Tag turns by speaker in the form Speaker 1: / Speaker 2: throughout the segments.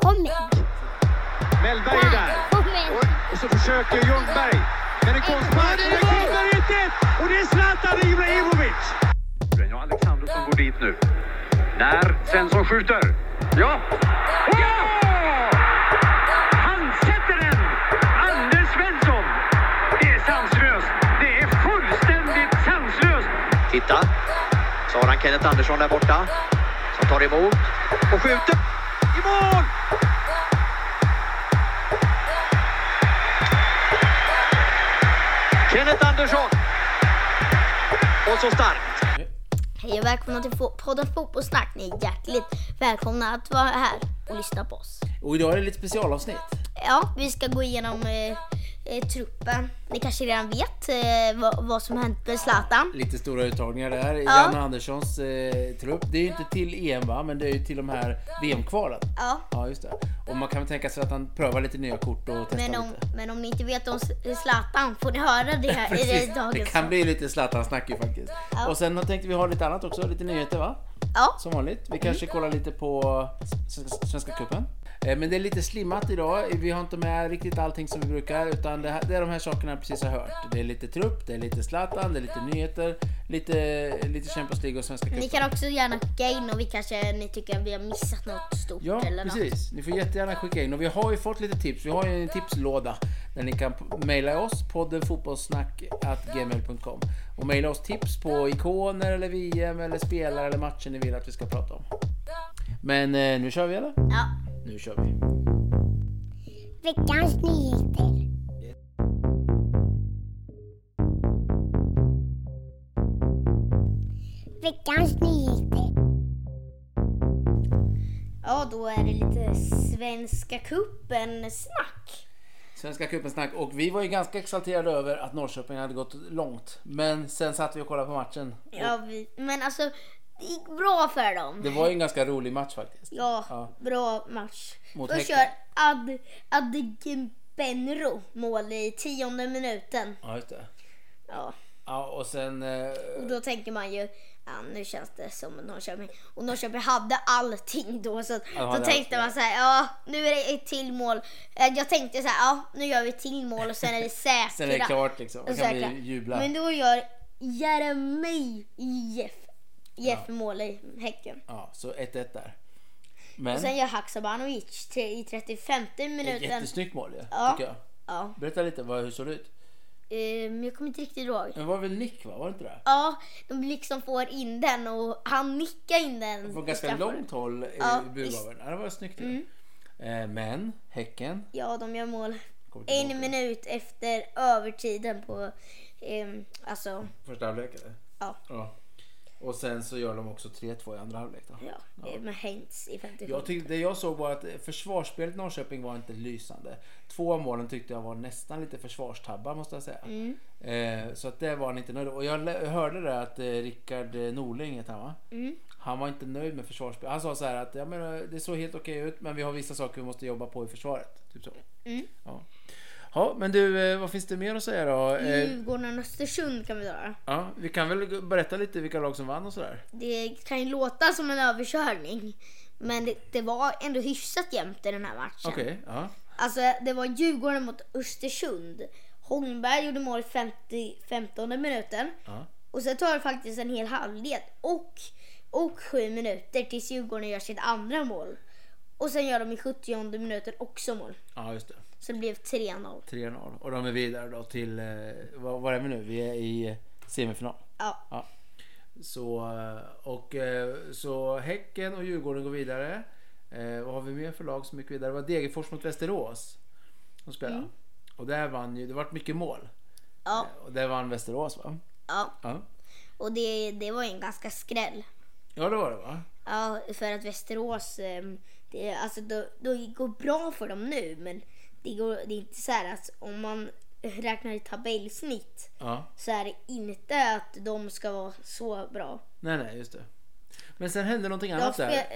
Speaker 1: Kom igen.
Speaker 2: Mellberg är där.
Speaker 1: Kom igen.
Speaker 2: Och- Och så försöker Ljungberg. Men det kommer sparken. Det kommer inte! Och det är Zlatan Ibrahimovic!
Speaker 3: Ja, Alexandersson går dit nu. När Svensson skjuter. Ja! Ja! Han sätter den! Anders Svensson! Det är sanslöst! Det är fullständigt sanslöst!
Speaker 4: Titta. Så har han Kenneth Andersson där borta. Som tar emot och skjuter. I mål! Kenneth Andersson! Och så starkt.
Speaker 1: Hej och välkomna till fo- podden Fotbollssnack. Ni är hjärtligt välkomna att vara här och lyssna på oss.
Speaker 5: Och idag är det lite specialavsnitt.
Speaker 1: Ja, vi ska gå igenom eh, eh, truppen. Ni kanske redan vet eh, vad, vad som hänt med Zlatan.
Speaker 5: Lite stora uttagningar där. Ja. Janne Anderssons eh, trupp. Det är ju inte till EM va, men det är ju till de här VM-kvalen.
Speaker 1: Ja.
Speaker 5: Ja, just det. Och man kan väl tänka sig att han prövar lite nya kort och testar
Speaker 1: Men om,
Speaker 5: lite.
Speaker 1: men om ni inte vet om S- eh, Zlatan får ni höra det här i det
Speaker 5: Precis. Det
Speaker 1: dagens.
Speaker 5: kan bli lite Zlatan-snack ju faktiskt.
Speaker 1: Ja.
Speaker 5: Och sen tänkte vi ha lite annat också, lite nyheter va?
Speaker 1: Ja,
Speaker 5: Som vanligt. Vi kanske kollar lite på Svenska- Svenska Cupen. Eh, Men det är lite slimmat idag. Vi har inte med riktigt allting som vi brukar utan det, här, det är de här sakerna jag precis har hört. Det är lite trupp, det är lite Zlatan, det är lite nyheter, lite, lite Champions League och Svenska Cupen.
Speaker 1: ni kan också gärna skicka in om vi kanske ni tycker att vi har missat något stort
Speaker 5: Ja,
Speaker 1: eller något.
Speaker 5: precis. Ni får jättegärna skicka in. Och vi har ju fått lite tips. Vi har ju en tipslåda där ni kan p- mejla oss podden fotbollssnack@gmail.com och mejla oss tips på ikoner eller VM eller spelare eller matcher ni vill att vi ska prata om. Men eh, nu kör vi eller?
Speaker 1: Ja.
Speaker 5: Nu kör vi.
Speaker 1: Veckans nyheter. Veckans nyheter. Ja, då är det lite Svenska cupen-snack.
Speaker 5: Svenska cupen snack och vi var ju ganska exalterade över att Norrköping hade gått långt. Men sen satt vi och kollade på matchen.
Speaker 1: Ja, vi, men alltså, det gick bra för dem.
Speaker 5: Det var ju en ganska rolig match faktiskt.
Speaker 1: Ja,
Speaker 5: Ja.
Speaker 1: bra match.
Speaker 5: Mot
Speaker 1: Då
Speaker 5: Häcken.
Speaker 1: kör Ad, Adegbenro mål i tionde minuten.
Speaker 5: Ja, just det.
Speaker 1: Ja.
Speaker 5: Ja, och sen... Eh,
Speaker 1: Och då tänker man ju, ja, nu känns det som Norrköping. Och Norrköping hade allting då. Så
Speaker 5: Ja, de
Speaker 1: då
Speaker 5: hade
Speaker 1: tänkte man så här, ja nu är det ett till mål. Eh, Jag tänkte så här, ja nu gör vi ett till mål och sen är vi säkra.
Speaker 5: sen är det klart liksom. Då kan
Speaker 1: Säkra.
Speaker 5: vi jubla.
Speaker 1: Men då gör Jeremy IF IF mål i Häcken.
Speaker 5: Ja, så 1-1 där. Men
Speaker 1: Och
Speaker 5: Mm.
Speaker 1: sen gör Haksabanovic till- i 35
Speaker 5: ett
Speaker 1: minuten.
Speaker 5: jättesnyggt mål ju,
Speaker 1: Ja.
Speaker 5: tycker jag.
Speaker 1: Ja,
Speaker 5: Berätta lite, vad, hur såg det ut?
Speaker 1: eh, men jag kommer inte riktigt ihåg.
Speaker 5: Det var väl nick va? Var det inte det?
Speaker 1: Ja, de liksom får in den och han nickar in den.
Speaker 5: Från
Speaker 1: i
Speaker 5: ganska
Speaker 1: straffområdet.
Speaker 5: långt håll i
Speaker 1: Ja,
Speaker 5: burgaveln. Ja, det var snyggt. Mm. Eh, men Häcken.
Speaker 1: Ja, de gör mål
Speaker 5: kommer tillbaka.
Speaker 1: en minut efter övertiden på... ehm, alltså,
Speaker 5: Första halvlek eller?
Speaker 1: Ja.
Speaker 5: ja. Och sen så gör de också 3-2 i andra halvlek. Då.
Speaker 1: ja, eh, med Heinz i 57.
Speaker 5: Jag tyckte, det jag såg var att försvarsspelet i Norrköping var inte lysande. Två av målen tyckte jag var nästan lite försvarstabbar måste jag säga. Eh, så att det var han inte nöjd med. Och jag lä- hörde det att eh, Rickard Norling heter han va? Han var inte nöjd med försvarsspelet. Han sa så här att ja, men, eh, det såg helt okej ut men vi har vissa saker vi måste jobba på i försvaret. Typ så. Ja. ja men du, eh, vad finns det mer att säga då? Eh,
Speaker 1: Djurgården och Östersund kan vi dra.
Speaker 5: ja, vi kan väl g- berätta lite vilka lag som vann och sådär.
Speaker 1: Det kan ju låta som en överkörning. Men det, det var ändå hyfsat jämnt i den här matchen.
Speaker 5: Okej, ja.
Speaker 1: Alltså det var Djurgården mot Östersund. Holmberg gjorde mål i 50, 15 minuten.
Speaker 5: Ja.
Speaker 1: Och sen tar det faktiskt en hel halvlek och, och sju minuter tills Djurgården gör sitt andra mål. Och sen gör de i 70 minuten också mål.
Speaker 5: ja, just det.
Speaker 1: Så det blev 3-0.
Speaker 5: 3-0 och de är vidare då till, eh, vad, vad är vi nu? Vi är i semifinal.
Speaker 1: Ja,
Speaker 5: Ja. Så, eh, och, eh, så Häcken och Djurgården går vidare. Eh, vad har vi mer för lag som gick vidare? Det var Degerfors mot Västerås som spelade. Och där vann ju, det vart mycket mål.
Speaker 1: ja,
Speaker 5: Eh, Och där vann Västerås va?
Speaker 1: ja.
Speaker 5: Ja,
Speaker 1: Och det, det var ju en ganska skräll.
Speaker 5: ja det var det va?
Speaker 1: Ja, för att Västerås, ehm, det, alltså då, då går bra för dem nu men det, går, det är inte så här att om man räknar i tabellsnitt
Speaker 5: Ja,
Speaker 1: så är det inte att de ska vara så bra.
Speaker 5: nej nej just det. Men sen hände någonting
Speaker 1: De,
Speaker 5: annat där.
Speaker 1: spe,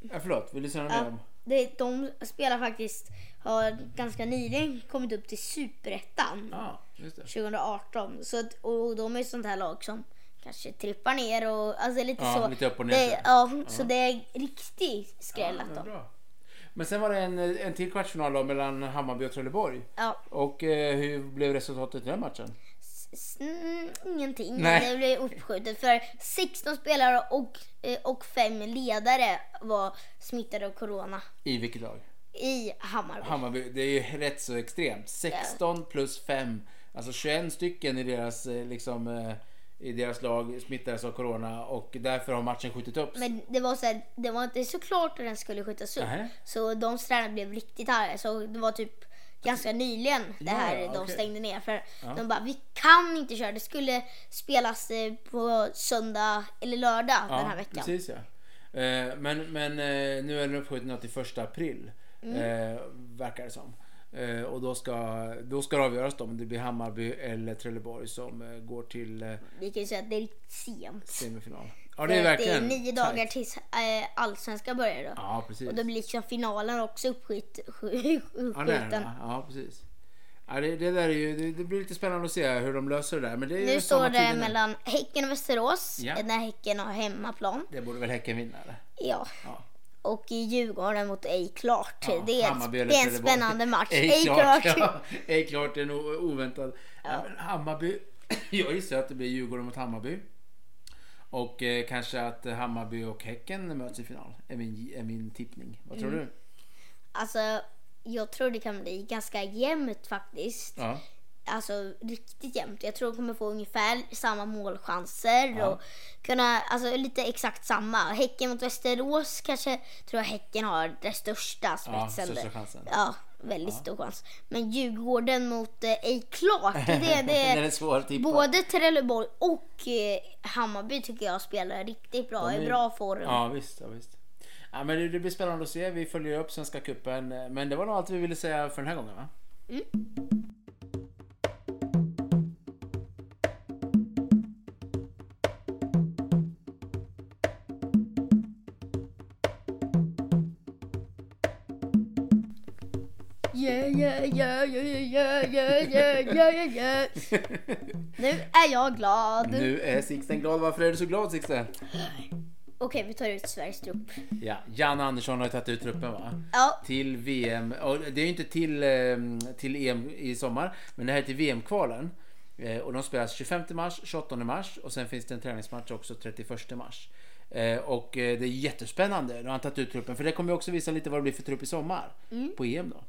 Speaker 5: Ja, förlåt, vill du säga något mer
Speaker 1: ja,
Speaker 5: om?
Speaker 1: det, de spelar faktiskt, har ganska nyligen kommit upp till superettan.
Speaker 5: Ja, just det.
Speaker 1: 2018. Så, att- och de är ju sånt här lag som kanske trippar ner och alltså lite
Speaker 5: Ja,
Speaker 1: så.
Speaker 5: lite upp och ner,
Speaker 1: det,
Speaker 5: så.
Speaker 1: ja, så det är riktigt skräll att
Speaker 5: Ja,
Speaker 1: de.
Speaker 5: bra. Men sen var det en, en till kvartsfinal då, mellan Hammarby och Trelleborg.
Speaker 1: Ja,
Speaker 5: Och eh, hur blev resultatet i den matchen?
Speaker 1: s- mm, ingenting.
Speaker 5: Nej.
Speaker 1: Det blev uppskjutet för 16 spelare och, eh, och fem ledare var smittade av corona
Speaker 5: I vilket lag?
Speaker 1: i Hammarby.
Speaker 5: Hammarby, det är ju rätt så extremt. 16 plus 5, alltså 21 stycken i deras, eh, liksom, eh, i deras lag smittades av corona och därför har matchen skjutit upp.
Speaker 1: Men det var, så här, det var inte så klart att den skulle skjutas upp.
Speaker 5: Nähä.
Speaker 1: Så de tränarna blev riktigt arga. Så det var typ ganska nyligen det
Speaker 5: Ja,
Speaker 1: här
Speaker 5: ja,
Speaker 1: de
Speaker 5: okej.
Speaker 1: stängde ner. För de bara, vi kan inte köra. Det skulle spelas eh, på söndag eller lördag den här veckan.
Speaker 5: Precis, ja. Eh, men men eh, nu är den uppskjuten till första april,
Speaker 1: Mm.
Speaker 5: eh, verkar det som. Eh, och då ska, då ska det avgöras då, om det blir Hammarby eller Trelleborg som eh, går till eh,
Speaker 1: Vi kan ju säga att det är riktigt sent.
Speaker 5: semifinal. Ja, det är
Speaker 1: För att
Speaker 5: verkligen
Speaker 1: Eh, det är nio
Speaker 5: tajt.
Speaker 1: dagar tills eh, allsvenskan börjar då.
Speaker 5: Ja, precis.
Speaker 1: Och då blir liksom finalen också uppskjut,
Speaker 5: Ja, det är
Speaker 1: uppskjuten.
Speaker 5: det, va? ja precis. Ja, det, det, där är ju, det, det blir lite spännande att se hur de löser det där. Men det är ju
Speaker 1: nu
Speaker 5: samma
Speaker 1: står det
Speaker 5: tider nu.
Speaker 1: mellan Häcken och Västerås.
Speaker 5: Ja.
Speaker 1: eh, När Häcken har hemmaplan.
Speaker 5: Det borde väl Häcken vinna eller?
Speaker 1: Ja.
Speaker 5: Ja.
Speaker 1: Och i Djurgården mot ej klart.
Speaker 5: Ja,
Speaker 1: det är,
Speaker 5: Hammarby
Speaker 1: en,
Speaker 5: eller
Speaker 1: det är en
Speaker 5: Trelleborg.
Speaker 1: spännande match.
Speaker 5: Ej
Speaker 1: Ej
Speaker 5: klart.
Speaker 1: klart.
Speaker 5: Ja, ej klart, det är nog oväntat. Ja. men Hammarby, jag gissar att det blir Djurgården mot Hammarby. Och eh, kanske att Hammarby och Häcken möts i final. Är min, är min tippning. Vad
Speaker 1: Mm.
Speaker 5: tror du?
Speaker 1: Alltså, jag tror det kan bli ganska jämnt faktiskt.
Speaker 5: Ja.
Speaker 1: Alltså riktigt jämnt. Jag tror de kommer få ungefär samma målchanser och kunna, alltså lite exakt samma. Häcken mot Västerås kanske, tror jag Häcken har den största spetsen.
Speaker 5: största
Speaker 1: där.
Speaker 5: chansen.
Speaker 1: Ja, väldigt stor chans. Men Djurgården mot eh, ej klart. Det, det,
Speaker 5: Den är svår Typ att tippa.
Speaker 1: Både Trelleborg och eh, Hammarby tycker jag spelar riktigt bra,
Speaker 5: De är-
Speaker 1: i bra form.
Speaker 5: Ja visst, ja, visst. Ja, men det, det blir spännande att se. Vi följer upp Svenska Cupen. eh, Men det var nog allt vi ville säga för den här gången va?
Speaker 1: Yeah, yeah, yeah, yeah, yeah, yeah, yeah, yeah, yeah, yeah. Nu är jag glad.
Speaker 5: Nu är Sixten glad. Varför är du så glad Sixten?
Speaker 1: Okej, vi tar ut Sveriges trupp.
Speaker 5: Ja, Janne Andersson har ju tagit ut truppen va?
Speaker 1: Ja,
Speaker 5: Till VM, och det är ju inte till, eh, till EM i sommar, men det här är till VM-kvalen. Eh, Och de spelas 25 mars, 28 mars och sen finns det en träningsmatch också 31 mars. Eh, Och eh, det är jättespännande, de har tagit ut truppen, för det kommer ju också visa lite vad det blir för trupp i sommar på EM då.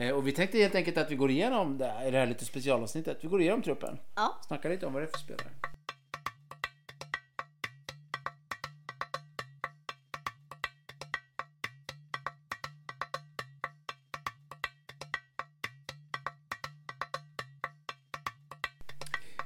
Speaker 5: Eh, Och vi tänkte helt enkelt att vi går igenom det här, i det här lite specialavsnittet. Vi går igenom truppen,
Speaker 1: ja.
Speaker 5: snackar lite om vad det är för spelare.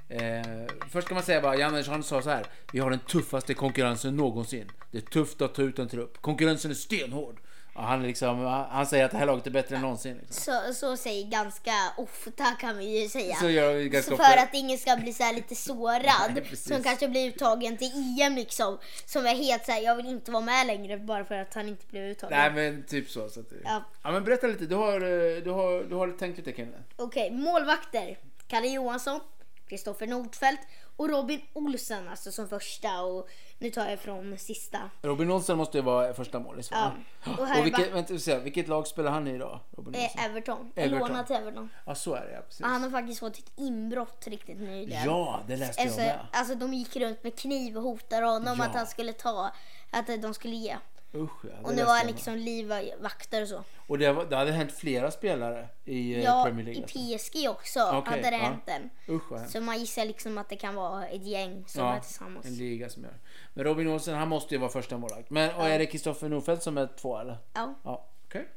Speaker 5: Eh, först kan man säga bara, Jan Andersson sa så här. Vi har den tuffaste konkurrensen någonsin. Det är tufft att ta ut en trupp. Konkurrensen är stenhård. Ja, han, är liksom, han han säger att det här laget är bättre än någonsin. Liksom.
Speaker 1: Så, så säger ganska ofta kan vi ju säga.
Speaker 5: Så gör vi ganska
Speaker 1: Så
Speaker 5: ofta.
Speaker 1: för att ingen ska bli så här lite sårad.
Speaker 5: precis.
Speaker 1: som kanske blir uttagen till EM liksom. Som är helt så här, jag vill inte vara med längre bara för att han inte blev uttagen.
Speaker 5: Nej men typ så. så att, ja.
Speaker 1: Ja.
Speaker 5: men berätta lite, du har, eh, du har, du har tänkt lite kring det.
Speaker 1: Okej, målvakter. Kalle Johansson, Kristoffer Nordfeldt och Robin Olsen alltså som första och nu tar jag från sista.
Speaker 5: Robin Olsen måste ju vara första målis va?
Speaker 1: Ja.
Speaker 5: Och,
Speaker 1: Och här
Speaker 5: vilket,
Speaker 1: va-
Speaker 5: vänta, vi ser, vilket lag spelar han i idag? Robin Olsen?
Speaker 1: Eh, Everton.
Speaker 5: Everton.
Speaker 1: Everton. Lånat till Everton.
Speaker 5: ja så är det ja, precis.
Speaker 1: Och Han har faktiskt fått ett inbrott riktigt nyligen.
Speaker 5: Ja, det läste jag
Speaker 1: Alltså,
Speaker 5: med.
Speaker 1: alltså de gick runt med kniv och hotade honom
Speaker 5: Ja.
Speaker 1: att han skulle ta, att de skulle ge.
Speaker 5: Usch, ja, det
Speaker 1: Och nu
Speaker 5: läste
Speaker 1: har
Speaker 5: jag
Speaker 1: han
Speaker 5: med.
Speaker 1: liksom livvakter och så.
Speaker 5: Och det, var, det hade hänt flera spelare i eh,
Speaker 1: Ja,
Speaker 5: Premier
Speaker 1: i
Speaker 5: League. alltså.
Speaker 1: PSG också
Speaker 5: Okej,
Speaker 1: hade det
Speaker 5: ja.
Speaker 1: hänt en.
Speaker 5: Usch vad hemskt.
Speaker 1: Så man gissar liksom att det kan vara ett gäng som är tillsammans.
Speaker 5: en liga som gör. Men Robin Olsen, han måste ju vara första målvakt. Men och är det Kristoffer Nordfeldt som är två eller?
Speaker 1: Ja.
Speaker 5: Ja, okej.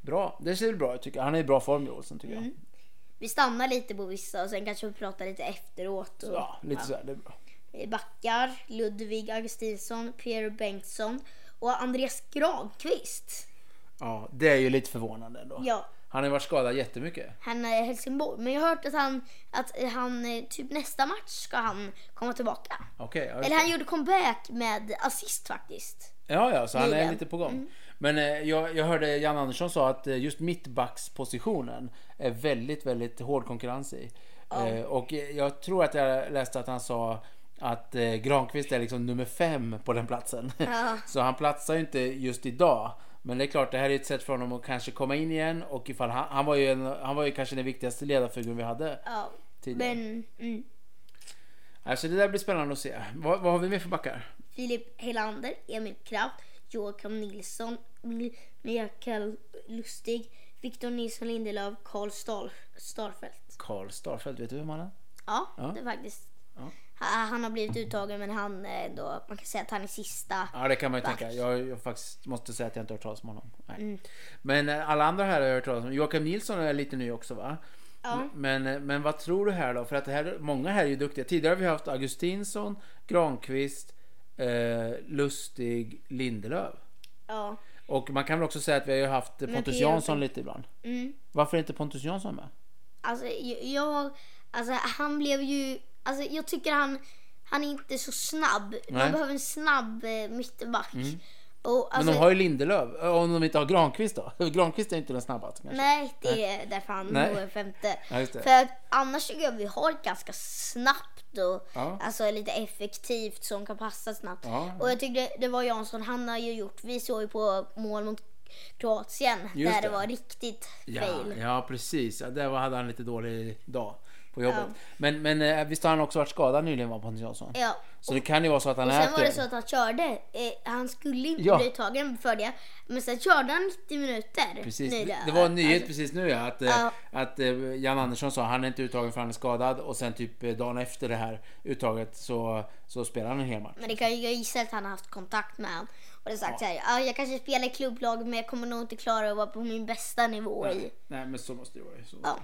Speaker 5: Bra, det ser bra ut tycker jag. Han är i bra form i Olsen tycker
Speaker 1: Mm.
Speaker 5: jag.
Speaker 1: Vi stannar lite på vissa och sen kanske vi pratar lite efteråt. Och,
Speaker 5: Ja, lite sådär, det är bra.
Speaker 1: ja. Backar, Ludvig Augustinsson, Pierre Bengtsson och Andreas Granqvist.
Speaker 5: Ja, det är ju lite förvånande ändå.
Speaker 1: Ja,
Speaker 5: Han har ju varit skadad jättemycket.
Speaker 1: han är i Helsingborg. Men jag har hört att han, att han eh, typ nästa match ska han komma tillbaka.
Speaker 5: Okej, ja, just
Speaker 1: Eller
Speaker 5: det.
Speaker 1: han gjorde comeback med assist faktiskt.
Speaker 5: Ja, ja, så han är
Speaker 1: Ligan.
Speaker 5: lite på gång. Men eh, jag, jag hörde Jan Andersson sa att eh, just mittbackspositionen är väldigt, väldigt hård konkurrens i. Eh, och eh, jag tror att jag läste att han sa att eh, Granqvist är liksom nummer fem på den platsen.
Speaker 1: Ja.
Speaker 5: så han platsar ju inte just idag. Men det är klart, det här är ett sätt för honom att kanske komma in igen och ifall han, han, var, ju en, han var ju kanske den viktigaste ledarfiguren vi hade.
Speaker 1: Ja.
Speaker 5: Tidigare.
Speaker 1: Men mm,
Speaker 5: Alltså det där blir spännande att se. Vad, vad har vi mer för backar?
Speaker 1: Filip Helander, Emil Kraft, Joakim Nilsson, Mi- Mikael Lustig, Victor Nilsson Lindelöf, Karl Stahl, Starfelt.
Speaker 5: Karl Starfelt, vet du vem han är?
Speaker 1: Ja,
Speaker 5: Ja.
Speaker 1: det är faktiskt.
Speaker 5: Ja.
Speaker 1: Ha- Han har blivit uttagen men han är ändå, man kan säga att han är sista.
Speaker 5: Ja det kan man ju
Speaker 1: Back.
Speaker 5: tänka. Jag, jag faktiskt måste säga att jag inte har hört talas om honom. Nej.
Speaker 1: Mm.
Speaker 5: Men eh, alla andra här har jag hört talas om. Joakim Nilsson är lite ny också va?
Speaker 1: Ja.
Speaker 5: Men, eh, men vad tror du här då? För att det här, många här är ju duktiga. Tidigare har vi haft Augustinsson, Granqvist, eh, Lustig, Lindelöf.
Speaker 1: Ja.
Speaker 5: Och man kan väl också säga att vi har ju haft eh,
Speaker 1: Men
Speaker 5: Pontus
Speaker 1: det är ju
Speaker 5: Jansson
Speaker 1: inte-
Speaker 5: lite ibland.
Speaker 1: Mm.
Speaker 5: Varför är inte Pontus Jansson med?
Speaker 1: Alltså jag- jag, alltså han blev ju, alltså jag tycker han, han är inte så snabb.
Speaker 5: Nej. Mm.
Speaker 1: Man behöver en snabb eh, mittback. Och,
Speaker 5: Men
Speaker 1: alltså,
Speaker 5: de har ju Lindelöf. Eh, Om de inte har Granqvist då? Granqvist är inte den snabbaste kanske.
Speaker 1: Nej, det är därför han
Speaker 5: Nej.
Speaker 1: nog är femte.
Speaker 5: Ja, just det.
Speaker 1: För att annars tycker jag vi har ett ganska snabbt och
Speaker 5: Ja.
Speaker 1: alltså lite effektivt som kan passa snabbt.
Speaker 5: Ja.
Speaker 1: Och jag tyckte det var Jansson, han har ju gjort, vi såg ju på mål mot Kroatien
Speaker 5: Just
Speaker 1: där det.
Speaker 5: det.
Speaker 1: var riktigt
Speaker 5: Ja,
Speaker 1: fail.
Speaker 5: ja precis. Ja, där var- hade han lite dålig dag på jobbet.
Speaker 1: Ja.
Speaker 5: Men, men eh, visst har han också varit skadad nyligen va, Pontus Jansson?
Speaker 1: Ja.
Speaker 5: Så det kan ju vara så att han
Speaker 1: Och
Speaker 5: är
Speaker 1: sen var det
Speaker 5: aktuell.
Speaker 1: så att han körde, eh, han skulle inte
Speaker 5: Ja.
Speaker 1: bli uttagen för det, men sen körde han 90 minuter.
Speaker 5: Precis.
Speaker 1: nyligen.
Speaker 5: Det var en nyhet
Speaker 1: Alltså,
Speaker 5: precis nu ja, att, eh,
Speaker 1: Ja.
Speaker 5: att eh, Jan Andersson sa han är inte uttagen för han är skadad och sen typ eh, dagen efter det här uttaget så, så spelar han en hel match.
Speaker 1: Men det kan ju jag gissa att han har haft kontakt med honom. Och det är sagt så här, "Ja, jag kanske spelar i klubblag men jag kommer nog inte klara att vara på min bästa nivå i.
Speaker 5: Nej men så måste det vara. Så.
Speaker 1: Ja.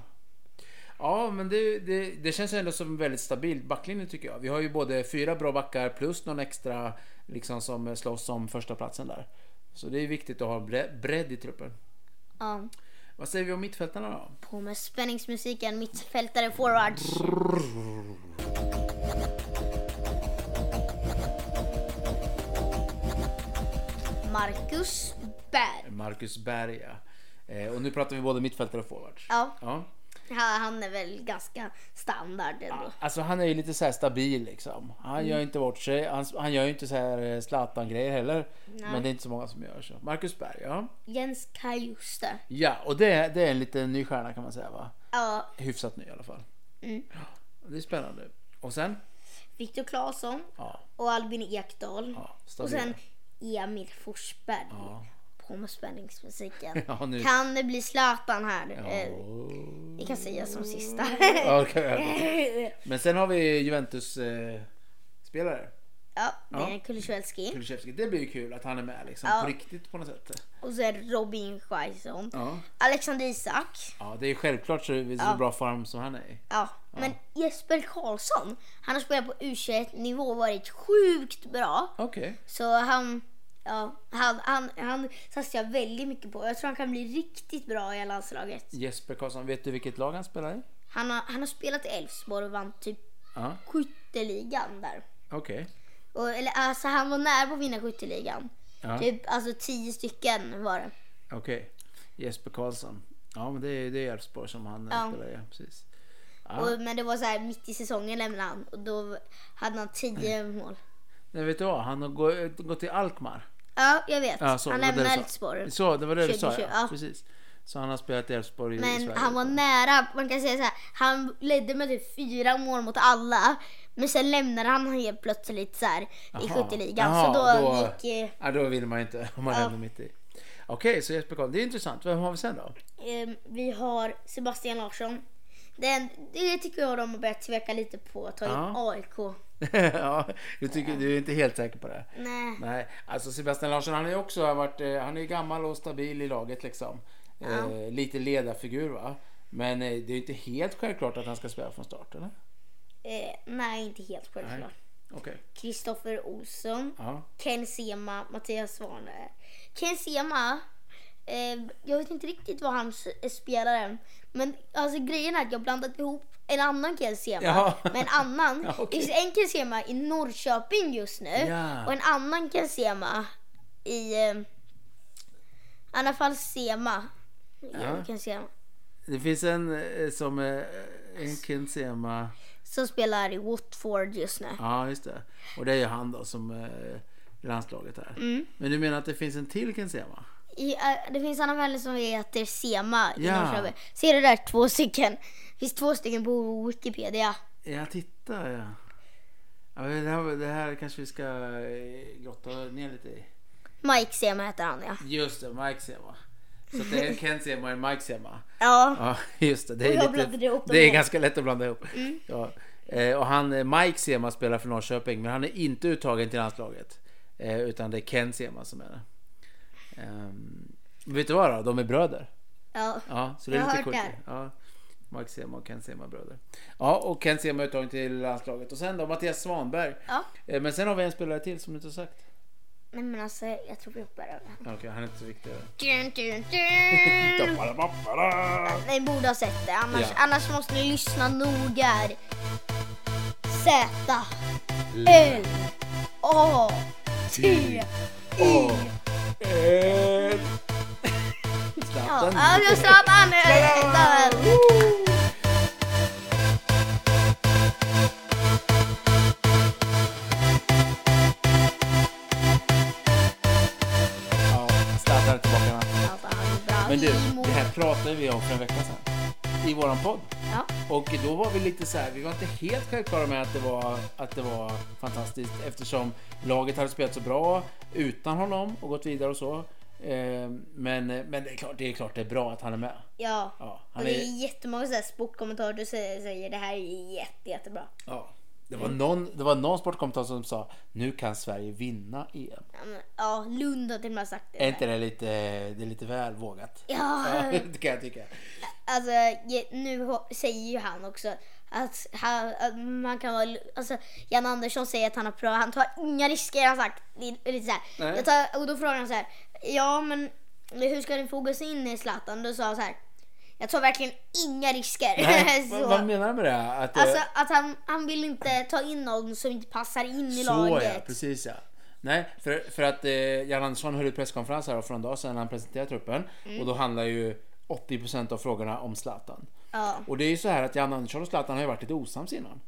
Speaker 5: Ja, men det, det, det känns ändå som väldigt stabilt backlinje tycker jag. Vi har ju både fyra bra backar plus någon extra liksom som slåss om första platsen där. Så det är viktigt att ha bre- bredd i truppen.
Speaker 1: Ja.
Speaker 5: Vad säger vi om mittfältarna då?
Speaker 1: På med spänningsmusiken, mittfältare forwards. Marcus Berg.
Speaker 5: Marcus Berg ja. eh, Och nu pratar vi både mittfältare och forwards.
Speaker 1: Ja,
Speaker 5: Ja.
Speaker 1: han han är väl ganska standard ändå.
Speaker 5: Alltså han är ju lite så här stabil liksom. Han gör inte bort sig. Han, han gör ju inte så här eh, Zlatan-grejer heller. Men det är inte så många som gör så. Marcus Berg ja.
Speaker 1: Jens Kajuste.
Speaker 5: Ja, och det, det är en liten ny stjärna kan man säga va?
Speaker 1: Ja,
Speaker 5: Hyfsat ny i alla fall.
Speaker 1: Mm.
Speaker 5: Ja, Det är spännande. Och sen?
Speaker 1: Viktor Claesson
Speaker 5: Ja,
Speaker 1: och Albin Ekdal.
Speaker 5: ja
Speaker 1: Och
Speaker 5: stabila.
Speaker 1: sen Emil Forsberg.
Speaker 5: Ja.
Speaker 1: På med spänningsmusiken.
Speaker 5: Ja, nu.
Speaker 1: Kan det bli Zlatan här?
Speaker 5: Ja.
Speaker 1: Eh, Vi kan säga som sista.
Speaker 5: Ja, okej, okej. Men sen har vi Juventus-spelare.
Speaker 1: Mm. ja, det
Speaker 5: Ja.
Speaker 1: är Kulusevski.
Speaker 5: Kulusevski. Det blir ju kul att han är med liksom,
Speaker 1: Ja.
Speaker 5: på riktigt på något sätt.
Speaker 1: Och så är det Robin Quaison.
Speaker 5: Ja.
Speaker 1: Alexander Isak.
Speaker 5: ja, det är självklart så, så
Speaker 1: Ja.
Speaker 5: bra form som han är i.
Speaker 1: Ja. Men Jesper Karlsson, han har spelat på U21-nivå och varit sjukt bra.
Speaker 5: Okej.
Speaker 1: Så han, ja, han, han, han satsar jag väldigt mycket på. Jag tror han kan bli riktigt bra i landslaget.
Speaker 5: Jesper Karlsson, vet du vilket lag han spelar i?
Speaker 1: Han har, han har spelat i Elfsborg och vann typ
Speaker 5: Ja,
Speaker 1: skytteligan där.
Speaker 5: okej.
Speaker 1: Och, eller, alltså, han var nära på att vinna skytteligan.
Speaker 5: Ja, okej.
Speaker 1: Typ alltså tio stycken var det.
Speaker 5: Jesper Karlsson. Ja, men det är det är Elfsborg som han eh,
Speaker 1: Ja.
Speaker 5: spelar i. ja, Precis. Ja.
Speaker 1: Och, men det var så här mitt i säsongen lämnade han och då hade han tio
Speaker 5: Mm.
Speaker 1: mål.
Speaker 5: Nej, vet du vad? Han har gå- gått till Alkmaar.
Speaker 1: Ja, jag vet.
Speaker 5: Ja, så,
Speaker 1: han
Speaker 5: det var det
Speaker 1: lämnade
Speaker 5: du sa.
Speaker 1: Elfsborg.
Speaker 5: Så, det var det du sa ja.
Speaker 1: 2020, ja.
Speaker 5: Precis. Så han har spelat i Elfsborg i Sverige.
Speaker 1: Men han var nära, man kan säga så här, han ledde med typ fyra mål mot alla. Men sen lämnade han helt plötsligt så här i
Speaker 5: Jaha.
Speaker 1: skytteligan.
Speaker 5: Jaha,
Speaker 1: Så då, gick eh,
Speaker 5: Ja, då vill man inte om man
Speaker 1: Ja.
Speaker 5: lämnar mitt i. Okej, så Jesper Karlsson. Det är intressant. Vem har vi sen då?
Speaker 1: eh, vi har Sebastian Larsson. Den, det tycker jag de har börjat tveka lite på att ta in
Speaker 5: Ja.
Speaker 1: AIK.
Speaker 5: ja, du, tycker, du är inte helt säker på det?
Speaker 1: Nej.
Speaker 5: Nej, alltså Sebastian Larsson han är ju också varit, eh, han är ju gammal och stabil i laget liksom. Eh, lite ledarfigur va. Men eh, det är ju inte helt självklart att han ska spela från start eller?
Speaker 1: Eh, nej, inte helt självklart.
Speaker 5: Okej,
Speaker 1: Kristoffer Olsson,
Speaker 5: ja.
Speaker 1: Ken Sema, Mattias Svane. Ken Sema, eh, jag vet inte riktigt vad han s- eh, spelar än. Men alltså, grejen är att jag blandat ihop en annan Ken Sema
Speaker 5: Jaha.
Speaker 1: med en annan.
Speaker 5: Ja, okej.
Speaker 1: Det finns en Ken Sema i Norrköping just nu
Speaker 5: Ja.
Speaker 1: och en annan Ken Sema i... Eh, I alla fall Sema.
Speaker 5: Ja.
Speaker 1: Ja. Ken Sema.
Speaker 5: Det finns en eh, som, eh, en Kinsema.
Speaker 1: Som spelar i Watford just nu.
Speaker 5: Ja, just det. Mm. Och det är ju han då som eh, landslaget här. Men du menar att det finns en till Kensema?
Speaker 1: i, eh, det finns andra vänner som heter Sema i
Speaker 5: Ja.
Speaker 1: Norrköping. Ser du där? Två stycken. Det finns två stycken på Wikipedia.
Speaker 5: Ja, titta ja. ja men det, här, det här kanske vi ska eh, grotta ner lite i.
Speaker 1: Mike Sema heter han ja.
Speaker 5: Just det, Mike Sema. Så att det är en Ken Sema och en Mike Sema.
Speaker 1: Ja.
Speaker 5: Ja, just det. Det
Speaker 1: Och jag
Speaker 5: är,
Speaker 1: blandade
Speaker 5: lite,
Speaker 1: ihop dem
Speaker 5: det är
Speaker 1: här.
Speaker 5: ganska lätt att blanda ihop. Ja. Eh, Och han, eh, Mike Sema spelar för Norrköping, men han är inte uttagen till landslaget. Eh, Utan det är Ken Sema som är det. Ehm, men Vet du vad då? De är bröder.
Speaker 1: ja.
Speaker 5: Ja, så det är
Speaker 1: Jag har
Speaker 5: lite
Speaker 1: hört
Speaker 5: coolt.
Speaker 1: det här.
Speaker 5: Ja. Mark Sema och Ken Sema bröder. Ja, och Ken Sema är uttagen till landslaget. Och sen då Mattias Svanberg.
Speaker 1: Ja.
Speaker 5: Eh, Men sen har vi en spelare till som du inte har sagt.
Speaker 1: Nej men alltså jag tror vi hoppar över.
Speaker 5: Ja, Okej, han är inte så viktig.
Speaker 1: Dun, dun, dun. Ni borde ha sett det, annars,
Speaker 5: Ja.
Speaker 1: annars måste ni lyssna noga. här. Z, L, A, T.
Speaker 5: Åh. Eh. Zlatan.
Speaker 1: Ja, nu slapp han
Speaker 5: Ja, Zlatan är tillbaka. va? Men du, det här pratade vi om för en vecka sedan. I våran podd.
Speaker 1: Ja.
Speaker 5: Och då var vi lite så här, vi var inte helt självklara med att det var, att det var fantastiskt eftersom laget hade spelat så bra utan honom och gått vidare och så. Eh, Men, men det, är klart, det är klart det är bra att han är med.
Speaker 1: Ja.
Speaker 5: Ja,
Speaker 1: Och
Speaker 5: han
Speaker 1: det
Speaker 5: är,
Speaker 1: är jättemånga så här sportkommentarer du säger, säger det här är jätte, jättebra.
Speaker 5: ja. det, var någon, det var någon sportkommentar som sa nu kan Sverige vinna EM.
Speaker 1: Ja, men, Ja, Lund har till och med sagt det.
Speaker 5: Är inte det lite, det är lite väl vågat?
Speaker 1: Ja,
Speaker 5: det kan jag tycka.
Speaker 1: Alltså, ge- nu ho- säger ju han också att, han, att man kan vara... lu- Alltså, Jan Andersson säger att han har provat. Han tar inga risker, har han sagt. Det är lite så här.
Speaker 5: Nej.
Speaker 1: Jag tar, och då frågar han så här. Ja, men hur ska den fogas in i Zlatan? Då sa han så här. Jag tar verkligen inga risker.
Speaker 5: Nej,
Speaker 1: så,
Speaker 5: vad, vad menar du med det? Att, eh,
Speaker 1: alltså, att han, han vill inte ta in någon som inte passar in i
Speaker 5: Så
Speaker 1: laget.
Speaker 5: ja, precis ja. Nej, för, för att eh, Jan Andersson höll ju presskonferens här för en dag sedan när han presenterade truppen. Och då handlar ju 80% av frågorna om Zlatan.
Speaker 1: Ja.
Speaker 5: Och det är ju så här att Jan Andersson och Zlatan har ju varit lite osams innan.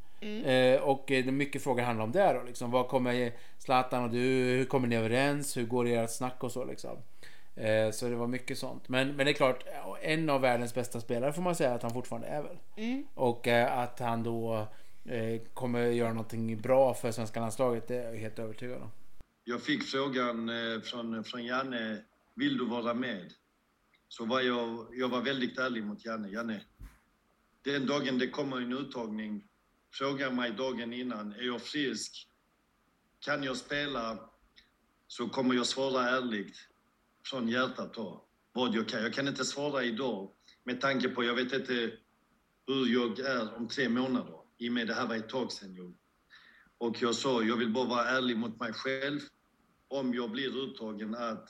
Speaker 5: Eh, och eh, det är mycket frågor handlar om det då. Liksom. Vad kommer Zlatan och du, hur kommer ni överens, hur går ert snack och så liksom. Eh, så det var mycket sånt. Men, men det är klart, eh, en av världens bästa spelare får man säga att han fortfarande är väl. Och eh, att han då eh, kommer göra någonting bra för svenska landslaget, det är jag helt övertygad om.
Speaker 6: Jag fick frågan eh, från, från Janne, vill du vara med? Så var jag, jag var väldigt ärlig mot Janne. Janne, den dagen det kommer en uttagning, fråga mig dagen innan, är jag frisk? Kan jag spela? Så kommer jag svara ärligt från hjärtat då, vad jag kan. Jag kan inte svara idag med tanke på, jag vet inte hur jag är om tre månader. I och med det här var ett tag sedan jag och jag sa, jag vill bara vara ärlig mot mig själv om jag blir uttagen att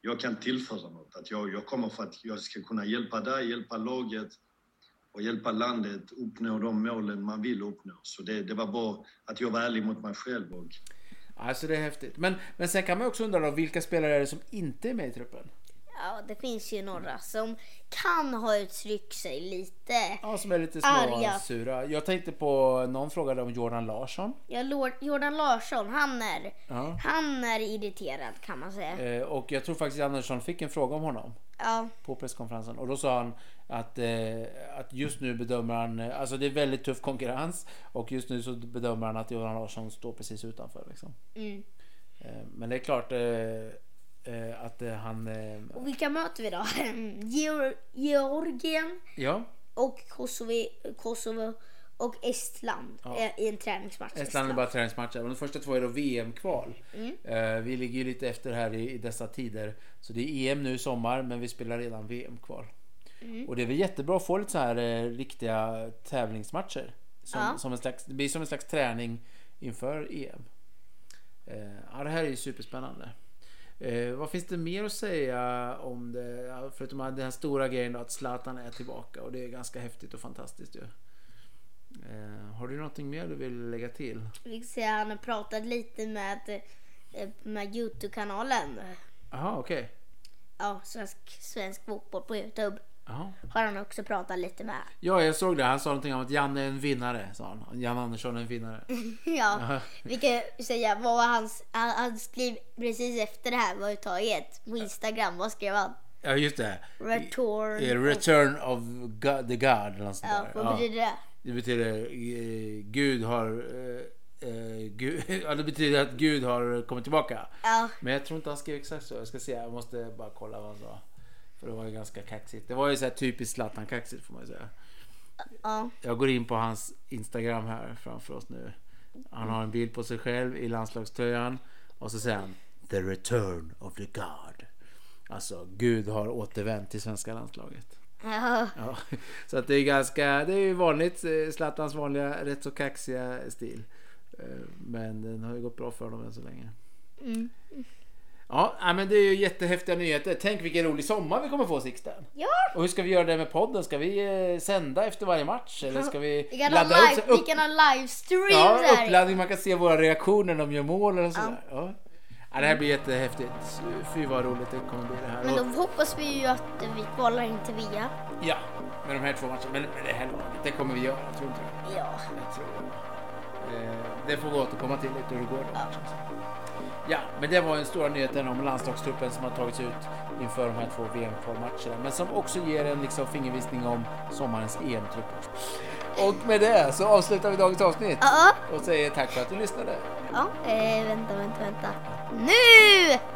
Speaker 6: jag kan tillföra något. Att jag, jag kommer för att jag ska kunna hjälpa dig, hjälpa laget och hjälpa landet uppnå de målen man vill uppnå. Så det, det var bara att jag var ärlig mot mig själv. Och
Speaker 5: Alltså det är häftigt. Men, men sen kan man ju också undra då, vilka spelare är det som inte är med i truppen?
Speaker 1: Ja, det finns ju några som kan ha uttryckt sig lite.
Speaker 5: Ja, som är lite små
Speaker 1: Arga.
Speaker 5: sura. Jag tänkte på, någon frågade om Jordan Larsson.
Speaker 1: Ja, Lord- Jordan Larsson, han är,
Speaker 5: Ja.
Speaker 1: han är irriterad kan man säga.
Speaker 5: Eh, Och jag tror faktiskt Andersson fick en fråga om honom
Speaker 1: Ja,
Speaker 5: på presskonferensen och då sa han att, eh, att just nu bedömer han, eh, alltså det är väldigt tuff konkurrens och just nu så bedömer han att Jordan Larsson står precis utanför. Liksom.
Speaker 1: Mm.
Speaker 5: Eh, men det är klart eh, eh, att eh, han, eh,
Speaker 1: och vilka möter vi då? Geor- Georgien
Speaker 5: ja,
Speaker 1: och Kosovo, Kosovo och Estland eh, i en träningsmatch.
Speaker 5: Estland är bara träningsmatcher. Men de första två är då VM-kval. Eh, vi ligger ju lite efter här i, i dessa tider. Så det är EM nu i sommar, men vi spelar redan VM-kval. Och det är väl jättebra att få lite så här eh, riktiga tävlingsmatcher. Som,
Speaker 1: Ja.
Speaker 5: som en slags, det blir som en slags träning inför EM. Eh, ja, det här är ju superspännande. Eh, vad finns det mer att säga om det? Ja, Förutom att den här stora grejen då, att Zlatan är tillbaka och det är ganska häftigt och fantastiskt ju. Eh, har du någonting mer du vill lägga till?
Speaker 1: Vi kan säga han har pratat lite med, eh, med Youtube-kanalen.
Speaker 5: Jaha, okej.
Speaker 1: Ja, svensk, svensk fotboll på Youtube.
Speaker 5: Jaha.
Speaker 1: har han också pratat lite med.
Speaker 5: Ja, jag såg det. Han sa någonting om att Janne är en vinnare. Sa han. Jan Andersson är en vinnare.
Speaker 1: Ja, vi kan ju säga vad var hans, han, han skrev precis efter det här var uttaget på Instagram. Vad skrev han?
Speaker 5: Ja, just det.
Speaker 1: Return.
Speaker 5: Eh, Return of God, the God. Eller något sånt
Speaker 1: Ja,
Speaker 5: där.
Speaker 1: vad betyder det?
Speaker 5: Det betyder eh, Gud har... Eh, eh, Gud, ja, det betyder att Gud har kommit tillbaka.
Speaker 1: Ja,
Speaker 5: Men jag tror inte han skrev exakt så. Jag ska se, jag måste bara kolla vad han sa. För det var ju ganska kaxigt. Det var ju så här typiskt Zlatan-kaxigt får man ju säga.
Speaker 1: ja.
Speaker 5: Jag går in på hans Instagram här framför oss nu. Han har en bild på sig själv i landslagströjan. Och så säger han The return of the God. Alltså Gud har återvänt till svenska landslaget.
Speaker 1: ja.
Speaker 5: Ja, så att det är ganska, det är ju vanligt, eh, Zlatans vanliga rätt så kaxiga stil. Eh, Men den har ju gått bra för honom än så länge. Ja, ja, men det är ju jättehäftiga nyheter. Tänk vilken rolig sommar vi kommer få Sixten.
Speaker 1: ja.
Speaker 5: Och hur ska vi göra det med podden? Ska vi eh, sända efter varje match? Eller ska vi
Speaker 1: Vi kan ha live, vi kan ha livestream
Speaker 5: ja,
Speaker 1: så här.
Speaker 5: uppladdning, man kan se våra reaktioner när de gör mål och sådär. Ja. Ja, det här blir jättehäftigt. Fy vad roligt det kommer bli det här.
Speaker 1: Men
Speaker 5: Och-
Speaker 1: då hoppas vi ju att vi kvalar in till VM.
Speaker 5: Ja, med de här två matcherna. Men, men det här laget, det kommer vi göra. Jag tror inte det.
Speaker 1: Ja.
Speaker 5: Jag tror det. Eh, Det får vi återkomma till lite hur det går. då. Ja, men det var den stora nyheten om landslagstruppen som har tagits ut inför de här två VM-kvalmatcherna. Men som också ger en liksom fingervisning om sommarens EM-trupp. Och med det så avslutar vi dagens avsnitt.
Speaker 1: Ja,
Speaker 5: Och säger tack för att du lyssnade.
Speaker 1: ja. Eh, vänta, vänta, vänta. Nu!